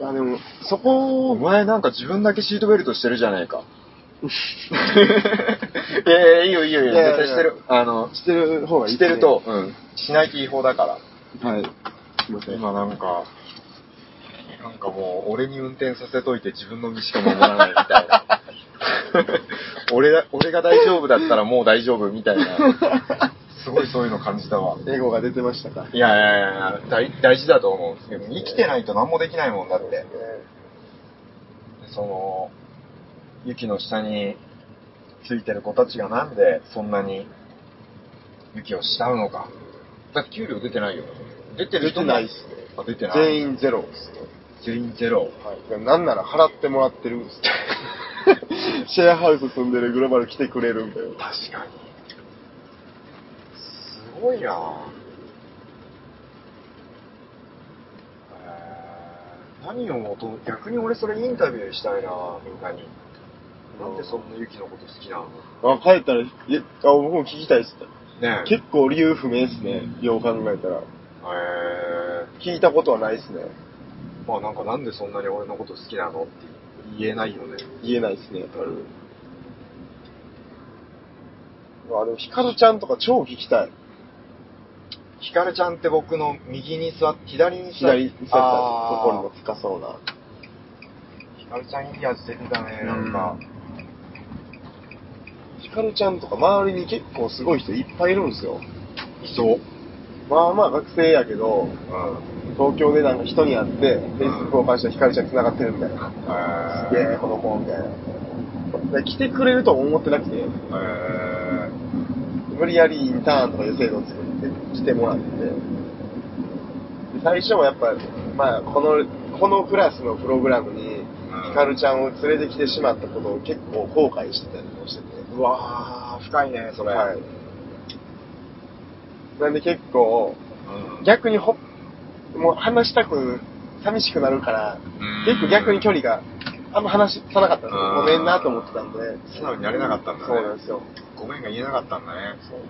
Speaker 2: いや、でも、そこ
Speaker 3: お
Speaker 2: を、
Speaker 3: 前なんか自分だけシートベルトしてるじゃ ねえか。ええいいよいいよいいよ。
Speaker 2: いやいや
Speaker 3: 絶対してる。あの、
Speaker 2: してる方がいい、
Speaker 3: してると、。うん。しないと違法だから。
Speaker 2: はい。すいません。
Speaker 3: 今なんか、なんかもう、俺に運転させといて自分の身しか守らないみたいな。 俺だ俺が大丈夫だったらもう大丈夫みたいな。すごいそういうの感じたわ。
Speaker 2: エゴが出てましたか。
Speaker 3: いやいやいや大、大事だと思う。でも生きてないと何もできないもんだって。でその、雪の下についてる子たちがなんでそんなに雪を慕うのか。だって給料出てないよ。出てる
Speaker 2: 出
Speaker 3: 人
Speaker 2: て
Speaker 3: も
Speaker 2: ないっすね。
Speaker 3: あ、出てない。
Speaker 2: 全員ゼロですね。
Speaker 3: 全員ゼロ。
Speaker 2: はい。なんなら払ってもらってるんですよ シェアハウス住んでるグローバル来てくれるんだよ。
Speaker 3: 確かに。すごいなぁえー何を求め、逆に俺それインタビューしたいなぁみんなに。なんでそんなユキのこと好きなの
Speaker 2: あ、帰ったら、いや、あ僕も聞きたいっす。
Speaker 3: ねえ。
Speaker 2: 結構理由不明っすね。よう考えたら。
Speaker 3: え
Speaker 2: 聞いたことはないっすね。
Speaker 3: ー、まあなんかなんでそんなに俺のこと好きなのって言えないよね。
Speaker 2: 言えないっすね、やっぱり。あ、でも、ヒカルちゃんとか超聞きたい。
Speaker 3: ヒカルちゃんって僕の右に座って、左に座っ
Speaker 2: 左
Speaker 3: て、
Speaker 2: に座った
Speaker 3: あ
Speaker 2: 心
Speaker 3: ー
Speaker 2: の深そうな。
Speaker 3: ヒカルちゃんいいやつ出てたね、なんか。
Speaker 2: ヒカルちゃんとか周りに結構すごい人いっぱいいるんですよ。
Speaker 3: いそう。
Speaker 2: まあまあ学生やけど、
Speaker 3: うん。
Speaker 2: 東京でなんか人に会って、Facebook 交換したらひかりちゃん繋がってるみたいな。すげえ、この子、みたいな。で来てくれるとも思ってなくて、
Speaker 3: え
Speaker 2: 無理やりインターンとかいう制度を作って来てもらって、で最初はやっぱ、まあ、この、ここのクラスのプログラムに、ヒカルちゃんを連れてきてしまったことを結構後悔してたりもしてて。
Speaker 3: うわー、深いね、それ。
Speaker 2: はい。なんで結構、逆にほ、もう話したく、寂しくなるから、結構逆に距離があんま話さなかったんです
Speaker 3: う
Speaker 2: よ。
Speaker 3: ん
Speaker 2: ごめんなと思ってたんで。
Speaker 3: 素直になれなかったんだね
Speaker 2: そうなんですよ。
Speaker 3: ごめんが言えなかったんだね。
Speaker 2: そう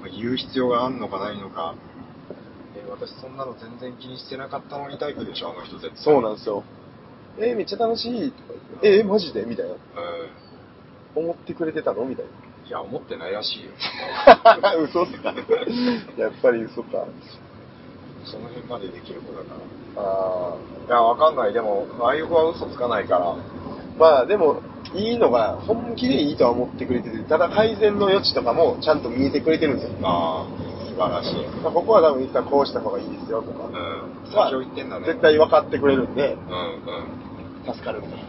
Speaker 3: まあ言う必要があるのかないのか。えー私そんなの全然気にしてなかったのにタイプでしょ、あの人絶対。
Speaker 2: そう
Speaker 3: うん。
Speaker 2: なんですよ。えーめっちゃ楽しいとか言って、えーマジでみたいな。思ってくれてたのみたい
Speaker 3: いや、思ってないらしいよ。
Speaker 2: な。嘘っすか。 やっぱり嘘か。
Speaker 3: その辺までできる子だから。い
Speaker 2: あ
Speaker 3: や、わかんない。でも、ああいう子は嘘つかないから。
Speaker 2: ーまあでも、いいのが、本気でいいとは思ってくれてて、ただ改善の余地とかもちゃんと見えてくれてるんですよ。
Speaker 3: ああ、素晴らしい。
Speaker 2: まあここは多分いつかこうした方がいいですよと
Speaker 3: う
Speaker 2: か、
Speaker 3: ん。
Speaker 2: まあ
Speaker 3: 先を言ってんだね。
Speaker 2: 絶。対分かってくれるんで、
Speaker 3: うんうん。
Speaker 2: 助かるみたいな。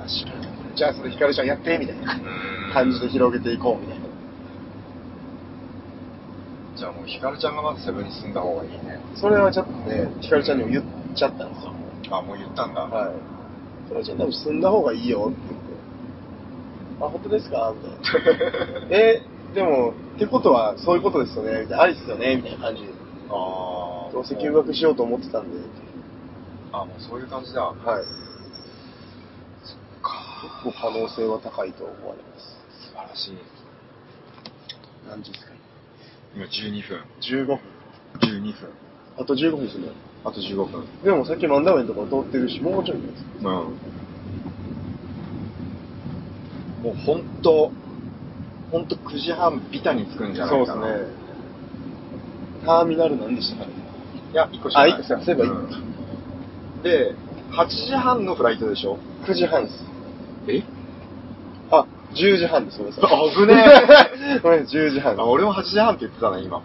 Speaker 3: うん。
Speaker 2: 確かに。じゃあそれヒカルちゃんやって、みたいな
Speaker 3: うん
Speaker 2: 感じで広げていこう、みたいな。
Speaker 3: じゃあもう、ヒカルちゃんがまずセブンに住んだ方がいいね。
Speaker 2: それはちょっとね、ヒカルちゃんにも言っちゃったんですよ。
Speaker 3: あ、もう言ったんだ。
Speaker 2: はい。ヒカルちゃん多分住んだ方がいいよって言って。あ、本当ですかみた いな。え、でも、ってことはそういうことですよねみたいな。ありですよねみたいな感じで。
Speaker 3: ああ。
Speaker 2: どうせ休学しようと思ってたんで。
Speaker 3: あ、もうそういう感じだ。は
Speaker 2: はい。
Speaker 3: か。
Speaker 2: 結構可能性は高いと思われます。
Speaker 3: 素晴らしい。
Speaker 2: 何時ですか
Speaker 3: 今12分。
Speaker 2: ?15 分。
Speaker 3: 12分。
Speaker 2: あと15分ですね。
Speaker 3: あと15分。
Speaker 2: でもさっきマンダウェンとか通ってるし、もうちょいです。
Speaker 3: うん。もう本当本当9時半ビタに着くんじゃないかな。
Speaker 2: そうですね。ターミナル何でしたかね。
Speaker 3: いや、1個しかない。
Speaker 2: あ一個しかないそういえば一個
Speaker 3: うんで、8時半のフライトでしょ
Speaker 2: 9時半です。
Speaker 3: え
Speaker 2: あ、10時半です。ごめんなさい。
Speaker 3: 危ね
Speaker 2: え。 ごめんなさい、10時半
Speaker 3: あ俺も8時半って言ってたね、今。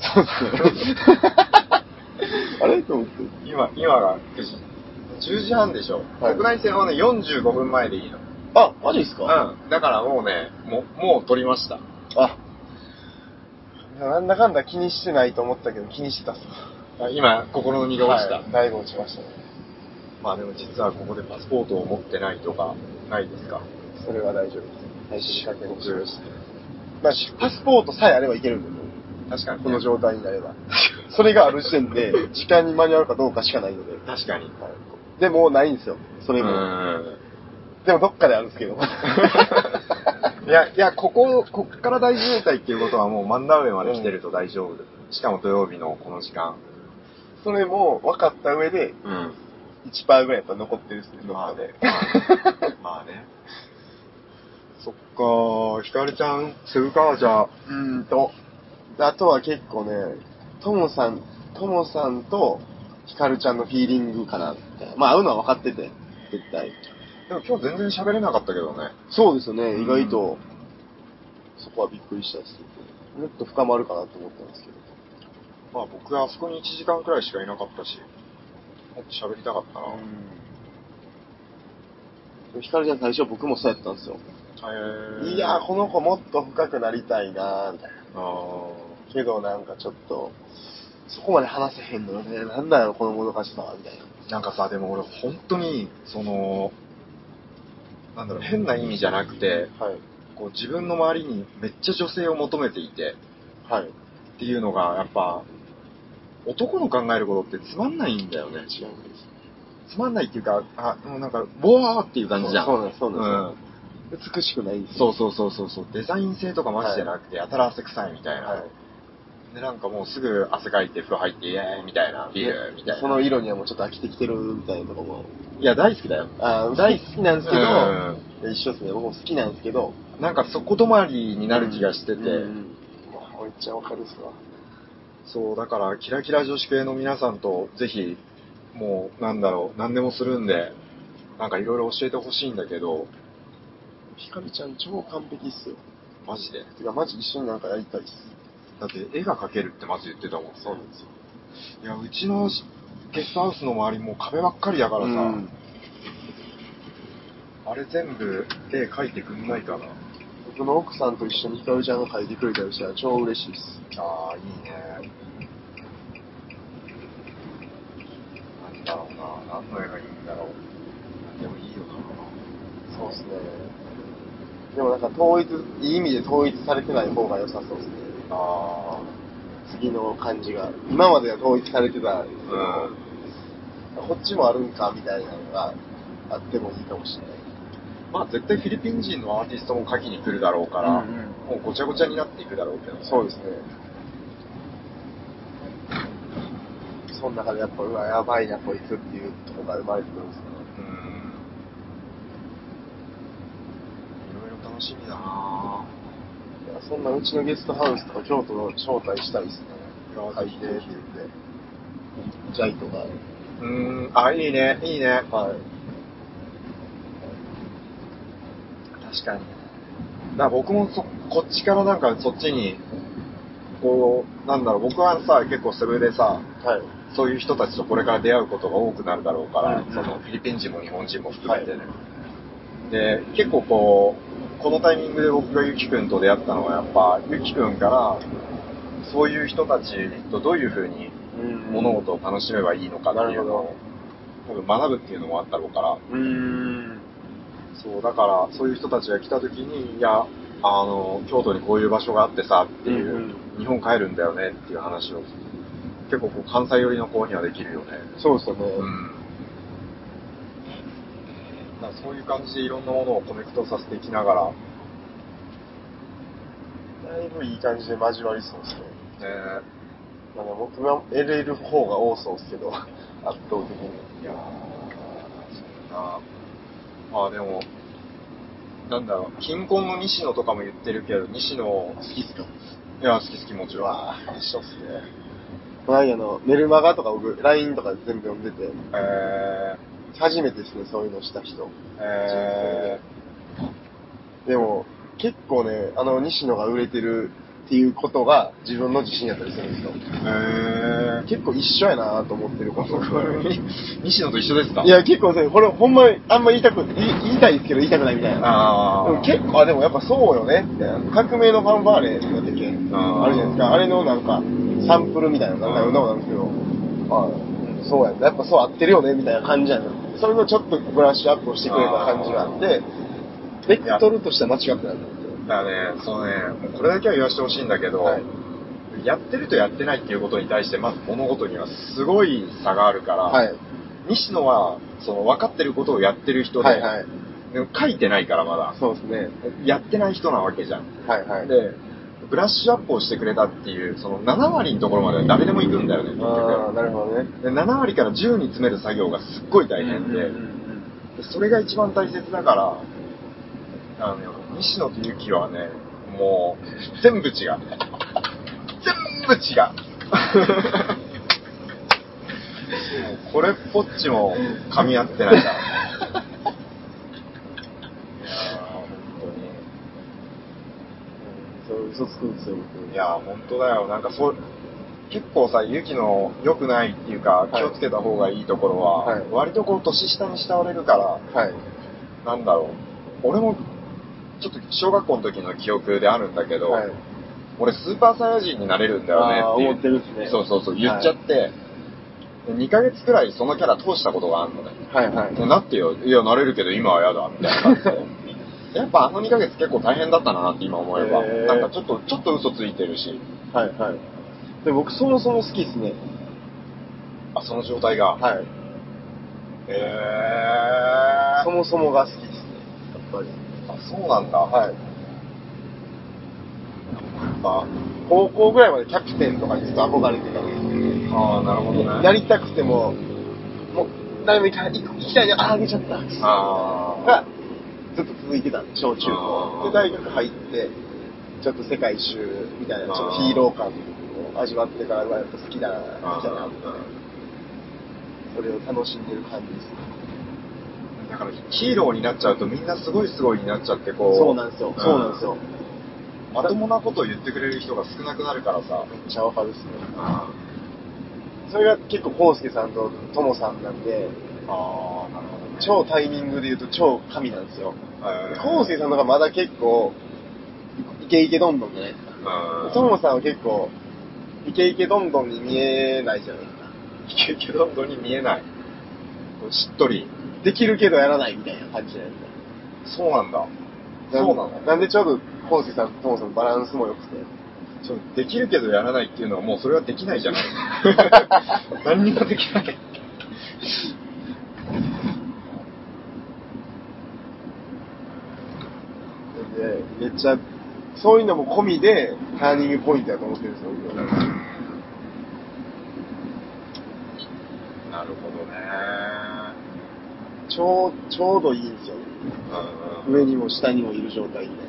Speaker 2: そうで すね。あれと思って。
Speaker 3: 今、今が9時。10時半でしょ、
Speaker 2: はい
Speaker 3: 国内線はね、45分前でいいの。
Speaker 2: あ、マジですか、
Speaker 3: うん。だからもうね、もう、もう取りました。
Speaker 2: あ。なんだかんだ気にしてないと思ったけど、気にしてたっす。
Speaker 3: あ今、心の身が落ちた。
Speaker 2: はいだいぶ落ちましたね。
Speaker 3: まあでも実はここでパスポートを持ってないとか、ないですか
Speaker 2: それは大丈夫です。仕掛けにしました。
Speaker 3: 確
Speaker 2: まあ、しパスポートさえあればいけるんで、もう
Speaker 3: かに、ね。
Speaker 2: この状態になれば。それがある時点で、時間に間に合うかどうかしかないので。
Speaker 3: 確かに。
Speaker 2: はいでも、ないんですよ。それ
Speaker 3: う
Speaker 2: も。
Speaker 3: ん
Speaker 2: でも、どっかであるんです けど。
Speaker 3: いや、いや、ここ、こっから大渋滞っていうことはもう真ん中上まで来てると大丈夫。しかも土曜日のこの時間。
Speaker 2: それも分かった上で、
Speaker 3: うん。
Speaker 2: 1%ぐらいやっぱ残ってるんですね、ど
Speaker 3: まあ
Speaker 2: っか
Speaker 3: ね
Speaker 2: で。。
Speaker 3: まあね。そっか、ひかるちゃん、すぐか、じゃあ。
Speaker 2: うーんと、あとは結構ね、ともさん、ともさんとひかるちゃんのフィーリングかなって。まあ、合うのは分かってて、絶対。
Speaker 3: でも今日全然喋れなかったけどね。
Speaker 2: そうですよね、
Speaker 3: うん
Speaker 2: 意外と、そこはびっくりしたし、もっと深まるかなと思ったんですけど。
Speaker 3: まあ僕はあそこに1時間くらいしかいなかったし、もっと喋りたかったな。
Speaker 2: でもひかるちゃん最初僕もそうやったんですよ。
Speaker 3: へー
Speaker 2: いやー、この子もっと深くなりたいなー、みたいな。
Speaker 3: あ
Speaker 2: けどなんかちょっと、そこまで話せへんのよね。なんだよ、このもどかしさは、みたいな。
Speaker 3: ーなんかさ、でも俺本当に、その、なんだろう、変な意味じゃなくて、
Speaker 2: はい。
Speaker 3: こう自分の周りにめっちゃ女性を求めていて
Speaker 2: は
Speaker 3: っ
Speaker 2: い。
Speaker 3: ていうのが、やっぱ、男の考えることってつまんないんだよね。
Speaker 2: 違うんです。
Speaker 3: つまんないっていうか、あ、もうなんか、ボワーっていう感じじゃん。
Speaker 2: そうなんです、そう
Speaker 3: う
Speaker 2: なんです。美しくないんです
Speaker 3: ん
Speaker 2: よ。
Speaker 3: そうそうそうそうそう。デザイン性とかマジじゃなくて、やたら汗臭いみたいな。
Speaker 2: はい。
Speaker 3: で、なんかもうすぐ汗かいて風呂入って、イエーイみたいな、ビールみたい
Speaker 2: そ
Speaker 3: な。
Speaker 2: の色にはもうちょっと飽きてきてるみたいなとこも。
Speaker 3: いや、大好きだよ。
Speaker 2: あー大好きなんですけど、
Speaker 3: うん
Speaker 2: いや一緒ですね。僕も好きなんですけど。
Speaker 3: なんかそこ止まりになる気がしてて、
Speaker 2: うん。まあめっちゃわかるっすわ。
Speaker 3: そう、だから、キラキラ女子系の皆さんと、ぜひ、もう、なんだろう、何でもするんで、なんかいろいろ教えてほしいんだけど、
Speaker 2: ひかるちゃん超完璧っすよ。
Speaker 3: マジで。
Speaker 2: てか、マジ一緒になんかやりたいっす。
Speaker 3: だって、絵が描けるってマジで言ってたもん。
Speaker 2: そうなんですよ。
Speaker 3: いや、うちのしゲストハウスの周りもう壁ばっかりだからさ、
Speaker 2: うん
Speaker 3: あれ全部絵描いてくんないかな。
Speaker 2: 僕の奥さんと一緒にひかるちゃんが書いてくれたりしたら超嬉しいっす。
Speaker 3: ああ、いいね。
Speaker 2: 何の絵がいいんだろう。
Speaker 3: でもいいよな
Speaker 2: そうですね。でもなんか統一、いい意味で統一されてない方が良さそうですね。
Speaker 3: あ
Speaker 2: 次の感じが。今までは統一されてたんですけど、
Speaker 3: うん
Speaker 2: こっちもあるんかみたいなのがあってもいいかもしれない。
Speaker 3: まあ絶対フィリピン人のアーティストも書きに来るだろうから、
Speaker 2: うんうん
Speaker 3: もうごちゃごちゃになっていくだろうけど、
Speaker 2: そうですね。その中でやっぱ、うわ、やばいな、こいつっていうとこが生まれてくるんですよね。
Speaker 3: うんいろいろ楽しみだない
Speaker 2: や、そんなうちのゲストハウスとか京都の招待したいですね。書いてって言って。ジャイとか。
Speaker 3: うーんあいいねいいね
Speaker 2: はい。
Speaker 3: 確かにだから僕もそこっちからなんかそっちにこうなんだろう僕はさ結構それでさ
Speaker 2: はい。
Speaker 3: そういう人たちとこれから出会うことが多くなるだろうから、
Speaker 2: うんうん
Speaker 3: そのフィリピン人も日本人も含めてね、で結構こうこのタイミングで僕がゆきくんと出会ったのはやっぱゆきくんからそういう人たちとどういうふうに
Speaker 2: うん
Speaker 3: 物事を楽しめばいいのかっていうのを多分学ぶっていうのもあったろうから
Speaker 2: うーん。
Speaker 3: そうだからそういう人たちが来た時にいやあの京都にこういう場所があってさっていう、
Speaker 2: うん
Speaker 3: 日本帰るんだよねっていう話を結構こう関西寄りの子にはできるよね。
Speaker 2: そうですよね。
Speaker 3: だからそういう感じでいろんなものをコネクトさせていきながら、ね
Speaker 2: だいぶいい感じで交わりそうですね。
Speaker 3: え
Speaker 2: なんか僕は LL の方が多そうですけど、圧倒的に。
Speaker 3: いやーそんな、まあでも、なんだろう、貧困の西野とかも言ってるけど、西野、
Speaker 2: 好きっすか
Speaker 3: いや、好き好きもち
Speaker 2: う
Speaker 3: ろん。
Speaker 2: わぁ、一緒っすね。この間のメルマガとか僕、LINE とか全部読んでて、
Speaker 3: え
Speaker 2: 初めてですね、そういうのした人。
Speaker 3: ー、え
Speaker 2: でも、結構ね、あの、西野が売れてるっていうことが自分の自信やったりするんですよ。
Speaker 3: ー、えー、
Speaker 2: 結構一緒やなと思ってること。
Speaker 3: 西野と一緒ですか
Speaker 2: い、や、結構ね、これほんまに、あんま言いたく、言い言いたいですけど言いたくないみたいな。
Speaker 3: あ
Speaker 2: で
Speaker 3: ー、
Speaker 2: も結構、あ、でもやっぱそうよね、みたいな。革命のファンファーレとか出て、
Speaker 3: あー
Speaker 2: あるじゃないですか。あれのなんか、サンプルみたいな、なんかようなもんなんですけど、あそうやんなやっぱそう合ってるよね、みたいな感じやな。それのちょっとブラッシュアップをしてくれた感じがあって、ベクトルとしては間違ってないんですよ。
Speaker 3: だからね、そうね、もうこれだけは言わせてほしいんだけど、
Speaker 2: はい
Speaker 3: やってるとやってないっていうことに対して、まず物事にはすごい差があるから、
Speaker 2: はい。
Speaker 3: 西野はその分かってることをやってる人で、
Speaker 2: はいはい。
Speaker 3: でも書いてないからまだ、
Speaker 2: そうですね。
Speaker 3: やってない人なわけじゃん。
Speaker 2: はいはい。
Speaker 3: で、ブラッシュアップをしてくれたっていう、その7割のところまでは誰でも行くんだよね、結
Speaker 2: ああ、
Speaker 3: 局
Speaker 2: なるほどね。
Speaker 3: で7割から10に詰める作業がすっごい大変で、
Speaker 2: うんうん
Speaker 3: でそれが一番大切だから、あの、西野とユキはね、もう、全部違う。全部違 う。もうこれっぽっちも噛み合って ない から。いやー本
Speaker 2: うんそう、嘘つくんですよ、
Speaker 3: 当に
Speaker 2: 僕。
Speaker 3: いやー本当だよ。なんかそう、結構さ、ユキの良くないっていうか、
Speaker 2: はい
Speaker 3: 気をつけた方がいいところは、
Speaker 2: はい
Speaker 3: 割とこう、年下に慕われるから、
Speaker 2: はい。
Speaker 3: なんだろう。俺も、ちょっと小学校の時の記憶であるんだけど、
Speaker 2: はい。
Speaker 3: 俺スーパーサイヤ人になれるんだよね
Speaker 2: ああ、
Speaker 3: いう
Speaker 2: 思ってるっすね。
Speaker 3: そうそうそう、言っちゃって、で2ヶ月くらいそのキャラ通したことがあるのね。
Speaker 2: はいはい。
Speaker 3: でなってよ、いや、なれるけど今はやだ、みたいな感 じで。やっぱあの2ヶ月結構大変だったなって今思えば、
Speaker 2: へー
Speaker 3: なんかちょっと、ちょっと嘘ついてるし、
Speaker 2: はいはい。で、僕そもそも好きですね。
Speaker 3: あ、その状態が。
Speaker 2: はい。
Speaker 3: へえ
Speaker 2: そ
Speaker 3: ー。
Speaker 2: もそもが好きですね。やっぱり。
Speaker 3: あ、そうなんだ。
Speaker 2: はい。
Speaker 3: あ
Speaker 2: 高校ぐらいまでキャプテンとかにちょっと憧れてたんです
Speaker 3: あー、なるほどね。
Speaker 2: やりたくても、もう、誰も行か行きたいの、ああ、あげちゃった。
Speaker 3: ああ。
Speaker 2: が、ずっと続いてたんで、小中高。
Speaker 3: あー
Speaker 2: で、大学入って、ちょっと世界一周みたいな、ちょっとヒーロー感を味わってから、うわやっぱ好きだな、みたいな。それを楽しんでる感じですね。
Speaker 3: だからヒーローになっちゃうとみんなすごいすごいになっちゃってこう
Speaker 2: そうなんですよ。そうなんです
Speaker 3: よ
Speaker 2: よ。
Speaker 3: まともなことを言ってくれる人が少なくなるからさ
Speaker 2: めっちゃわかるっすね。それが結構、コウスケさんとトモさんなんで、
Speaker 3: ああなるほどね
Speaker 2: 超タイミングで言うと超神なんですよ。
Speaker 3: えー
Speaker 2: コウスケさんの方がまだ結構、イケイケどんどんじゃないですか。
Speaker 3: うん
Speaker 2: トモさんは結構、イケイケどんどんに見えないじゃないですか。
Speaker 3: イケイケどんどんに見えないこうしっとり。
Speaker 2: できるけどやらないみたいな感じじゃないですか。
Speaker 3: そうなんだ。そうなの
Speaker 2: なんでちょうど、昴生さんともそのバランスも良くて。
Speaker 3: ちょできるけどやらないっていうのはもうそれはできないじ ゃない何にもできない。
Speaker 2: で、めっちゃ、そういうのも込みで、ターニングポイントだと思ってるんですよ、僕は
Speaker 3: なるほどね。
Speaker 2: ちょう、ちょうどいいんですよ。
Speaker 3: うん
Speaker 2: 上にも下にもいる状態みたい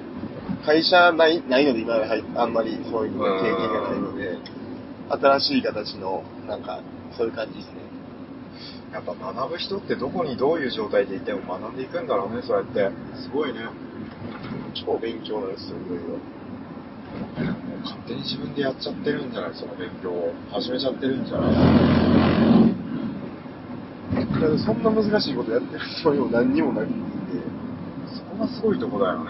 Speaker 2: な。会社ない、ないので今まで入っあんまりそういう経験がないので、新しい形の、なんか、そういう感じですね。
Speaker 3: やっぱ学ぶ人ってどこにどういう状態でいても学んでいくんだろうね、そうやって。すごいね。も
Speaker 2: 超勉強なんですよ、いろいろ。
Speaker 3: う勝手に自分でやっちゃってるんじゃないその勉強を。始めちゃってるんじゃない
Speaker 2: だからそんな難しいことやってるつもりも何にもないんで、
Speaker 3: そこがすごいとこだよね。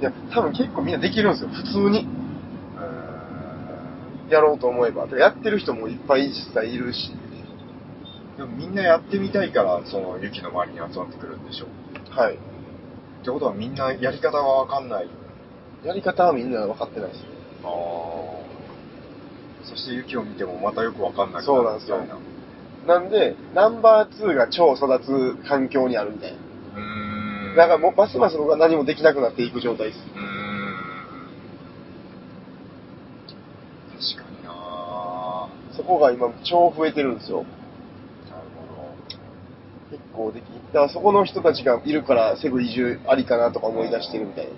Speaker 2: いや、多分結構みんなできるんですよ、普通に。
Speaker 3: う
Speaker 2: やろうと思えば。やってる人もいっぱい実際いるし。
Speaker 3: んでもみんなやってみたいから、その雪の周りに集まってくるんでしょ。
Speaker 2: はい。
Speaker 3: ってことはみんなやり方がわかんない。
Speaker 2: やり方はみんな分かってないですね。
Speaker 3: あそして雪を見てもまたよくわかんなくなる
Speaker 2: そうなんですよ
Speaker 3: みたい
Speaker 2: なんで、ナンバー2が超育つ環境にあるみたいな。
Speaker 3: うーん。
Speaker 2: だからもう、ますます僕は何もできなくなっていく状態です。
Speaker 3: うーん。確かにな
Speaker 2: そこが今、超増えてるんです
Speaker 3: な
Speaker 2: よ。
Speaker 3: るほ
Speaker 2: 結構でき、だからそこの人たちがいるから、セグ移住ありかなとか思い出してるみたいな。
Speaker 3: ど。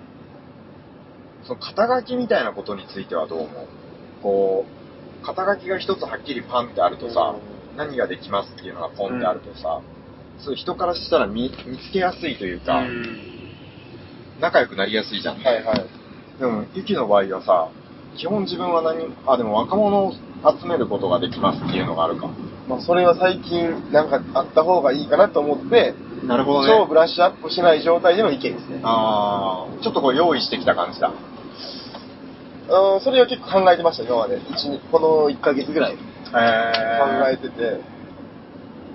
Speaker 3: その肩書きみたいなことについてはどう思うこう、肩書きが一つはっきりパンってあるとさ、何ができますっていうのがポンってあるとさ、そういう人からしたら見見つけやすいというか、仲良くなりやすいじゃん。
Speaker 2: はいはい。
Speaker 3: でも、ユキの場合はさ、基本自分は何、あ、でも若者を集めることができますっていうのがあるか。
Speaker 2: まあ、それは最近、なんかあった方がいいかなと思って、
Speaker 3: なる
Speaker 2: 超ブラッシュアップしてない状態での意見ですね。
Speaker 3: ああ、ちょっとこう用意してきた感じだ。
Speaker 2: うん、それは結構考えてました、今まで。一二この1ヶ月ぐらい考
Speaker 3: 考
Speaker 2: えてて。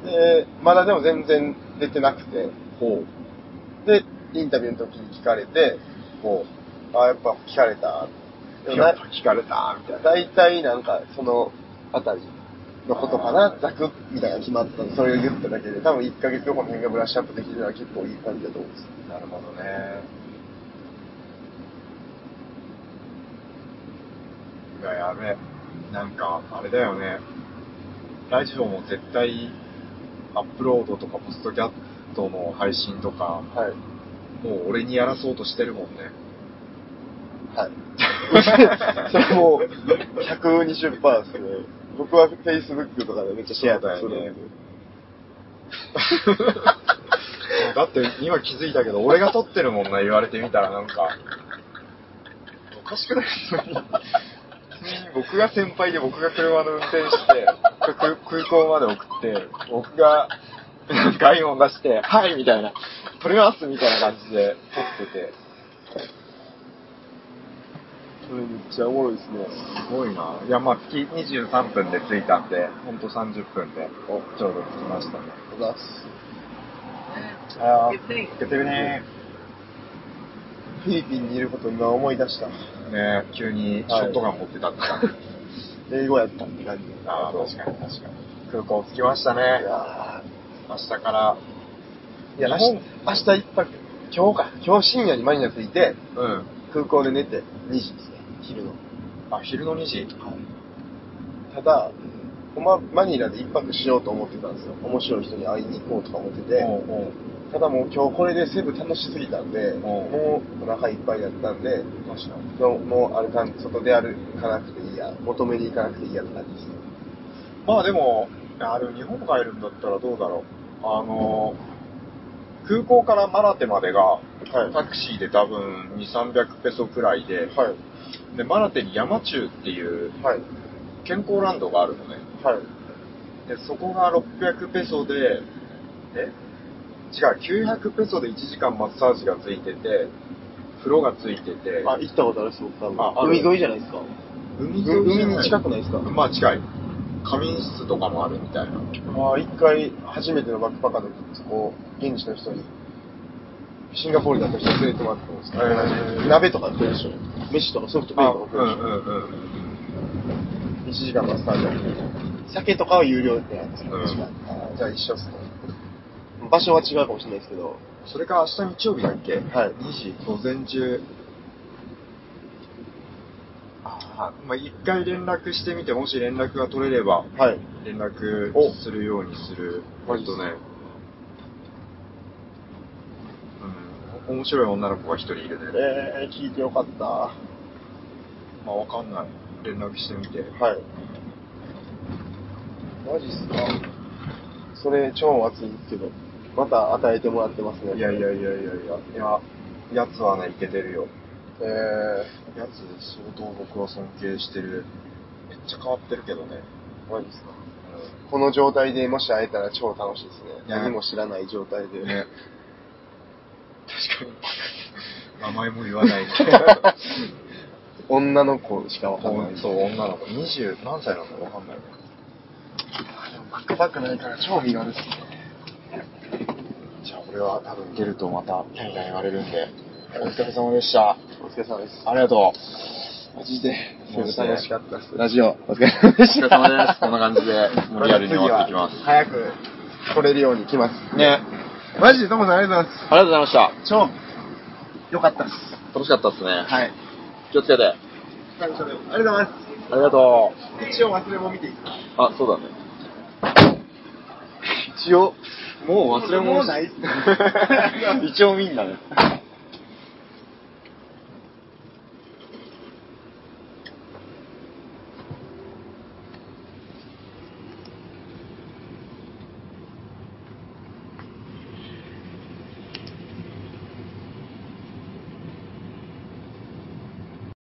Speaker 2: で、まだでも全然出てなくて。
Speaker 3: ほう。
Speaker 2: で、インタビューの時に聞かれて、
Speaker 3: ほ
Speaker 2: ああ、やっぱ聞かれた。
Speaker 3: う。
Speaker 2: でも
Speaker 3: や
Speaker 2: な
Speaker 3: っぱ聞かれた、みたいな。
Speaker 2: 大体なんか、そのあたりのことかな、ザクみたいなのが決まってたんで、それを言っただけで、多分1ヶ月後この辺がブラッシュアップできるのは結構いい感じだと思うんですよ。
Speaker 3: なるほどね。いや、やべえ。なんか、あれだよね。ラジオも絶対、アップロードとか、ポストキャットの配信とか、
Speaker 2: はい。
Speaker 3: もう俺にやらそうとしてるもんね。
Speaker 2: はい。 それも120%ですね。僕は Facebook とかでめっちゃシェアとかするんで。
Speaker 3: だって今気づいたけど、俺が撮ってるもんな、言われてみたらなんか、おかしくない 普通に僕が先輩で僕が車の運転して、空空港まで送って、僕が、 なんかアイオン出して、はいみたいな、撮れますみたいな感じで撮ってて、
Speaker 2: それめっちゃおもろいですね。
Speaker 3: すごいな。いや、まあ、月23分で着いたんで、ほんと30分で、ちょうど着きましたね。
Speaker 2: ありがとうございます。
Speaker 3: ああ、いけてるね。
Speaker 2: フィリピンにいることを今思い出した。
Speaker 3: ね急にショットガン持ってたって感じ。
Speaker 2: 英語やったって感じ。
Speaker 3: ああ、確かに確かに。空港着きましたね。
Speaker 2: いや
Speaker 3: 明日から。
Speaker 2: ーいや、
Speaker 3: 明
Speaker 2: 明
Speaker 3: 日
Speaker 2: 日、明日一泊、今日か。今日深夜にマニラ着いて、
Speaker 3: うん。
Speaker 2: 空港で寝て、2時ですね。昼の。
Speaker 3: あ、昼の2時。
Speaker 2: ただ、ほんまマニラで一泊しようと思ってたんですよ。面白い人に会いに行こうとか思ってて。
Speaker 3: おうおう
Speaker 2: ただもう今日これでセブ楽しすぎたんで、
Speaker 3: ん
Speaker 2: もうお腹いっぱいだったんで、
Speaker 3: 確かに。
Speaker 2: もうもうあるかん外で歩かなくていいや、求めに行かなくていいやって感じですね。
Speaker 3: まあでも、あでも日本帰るんだったらどうだろう。あの、空港からマラテまでが、
Speaker 2: はい
Speaker 3: タクシーで多分2、300ペソくらいで、
Speaker 2: はい。
Speaker 3: で、マラテに山中っていう
Speaker 2: はい。
Speaker 3: 健康ランドがあるのね。
Speaker 2: はい。
Speaker 3: で、そこが600ペソで、え違う、900ペソで1時間マッサージがついてて、風呂がついてて、
Speaker 2: あ、行ったことあるっす、僕多分。
Speaker 3: あある
Speaker 2: 海沿いじゃないですか。
Speaker 3: 海
Speaker 2: 海に近
Speaker 3: く
Speaker 2: くないですか
Speaker 3: まあ近い。仮眠室とかもあるみたいな。
Speaker 2: まあ、一回、初めてのバックパッカーの時、こう、現地の人に、シンガポールだった人に連れてもらったんですけど、
Speaker 3: へー
Speaker 2: 鍋とか食うでしょ。飯とかソフトクリームとか
Speaker 3: う
Speaker 2: 食うでしょ。
Speaker 3: んうん
Speaker 2: 1時間がスタート酒とかは有料ってなんですけど、
Speaker 3: うん
Speaker 2: 確かあーじゃあ一緒っすね。場所は違うかもしれないですけど、
Speaker 3: それか明日日曜日だっけ
Speaker 2: はい
Speaker 3: 2時、午前中。ああ、まあ、一回連絡してみて、もし連絡が取れれば、
Speaker 2: はい。
Speaker 3: 連絡
Speaker 2: お
Speaker 3: するようにする。
Speaker 2: マ
Speaker 3: 割
Speaker 2: ジっす
Speaker 3: と
Speaker 2: か
Speaker 3: ね、うん、面白い女の子が一人いるね。
Speaker 2: えー、聞いてよかった。は
Speaker 3: まあ、わかんない。連絡してみて。
Speaker 2: い。マジっすかそれ超熱いんですけど、また与えてもらってますね。
Speaker 3: いやいやいやいやいや、いや、やつはね、いけてるよ。
Speaker 2: え
Speaker 3: やつ、相当僕は尊敬してる。めっちゃ変わってるけどね。
Speaker 2: ー、マジっすかこの状態でもし会えたら超楽しいですね。何も知らない状態で。
Speaker 3: ね。確かに。名前も言わない。
Speaker 2: 女の子しかわかんない。
Speaker 3: そう、女の子。二十何歳なんだわかんない。
Speaker 2: でもバックパックないから超身軽ですね。
Speaker 3: じゃあ俺は多分出るとまた、キャンキャン言われるんで。お疲れ様でした。
Speaker 2: お疲れ様です。
Speaker 3: ありがとう。マジで。
Speaker 2: 楽しかったです。
Speaker 3: ラジオ、お疲れ様でした。お疲れ様です。こんな感じで、もうリアルに終わっていきま
Speaker 2: 次は
Speaker 3: す。
Speaker 2: 早く来れるように来ます。
Speaker 3: ね。
Speaker 2: マジでどうもありがとう
Speaker 3: ありがとうございました。
Speaker 2: ございます。超、良かったです。
Speaker 3: 楽しかったですね。
Speaker 2: はい。
Speaker 3: 気をつけて。あ
Speaker 2: ありがとうございま
Speaker 3: りがと
Speaker 2: す。一応忘れも見ていいですか
Speaker 3: う。あ、そうだね。
Speaker 2: 一応。
Speaker 3: もう忘れ物
Speaker 2: もうないっすね
Speaker 3: 一応みんなね。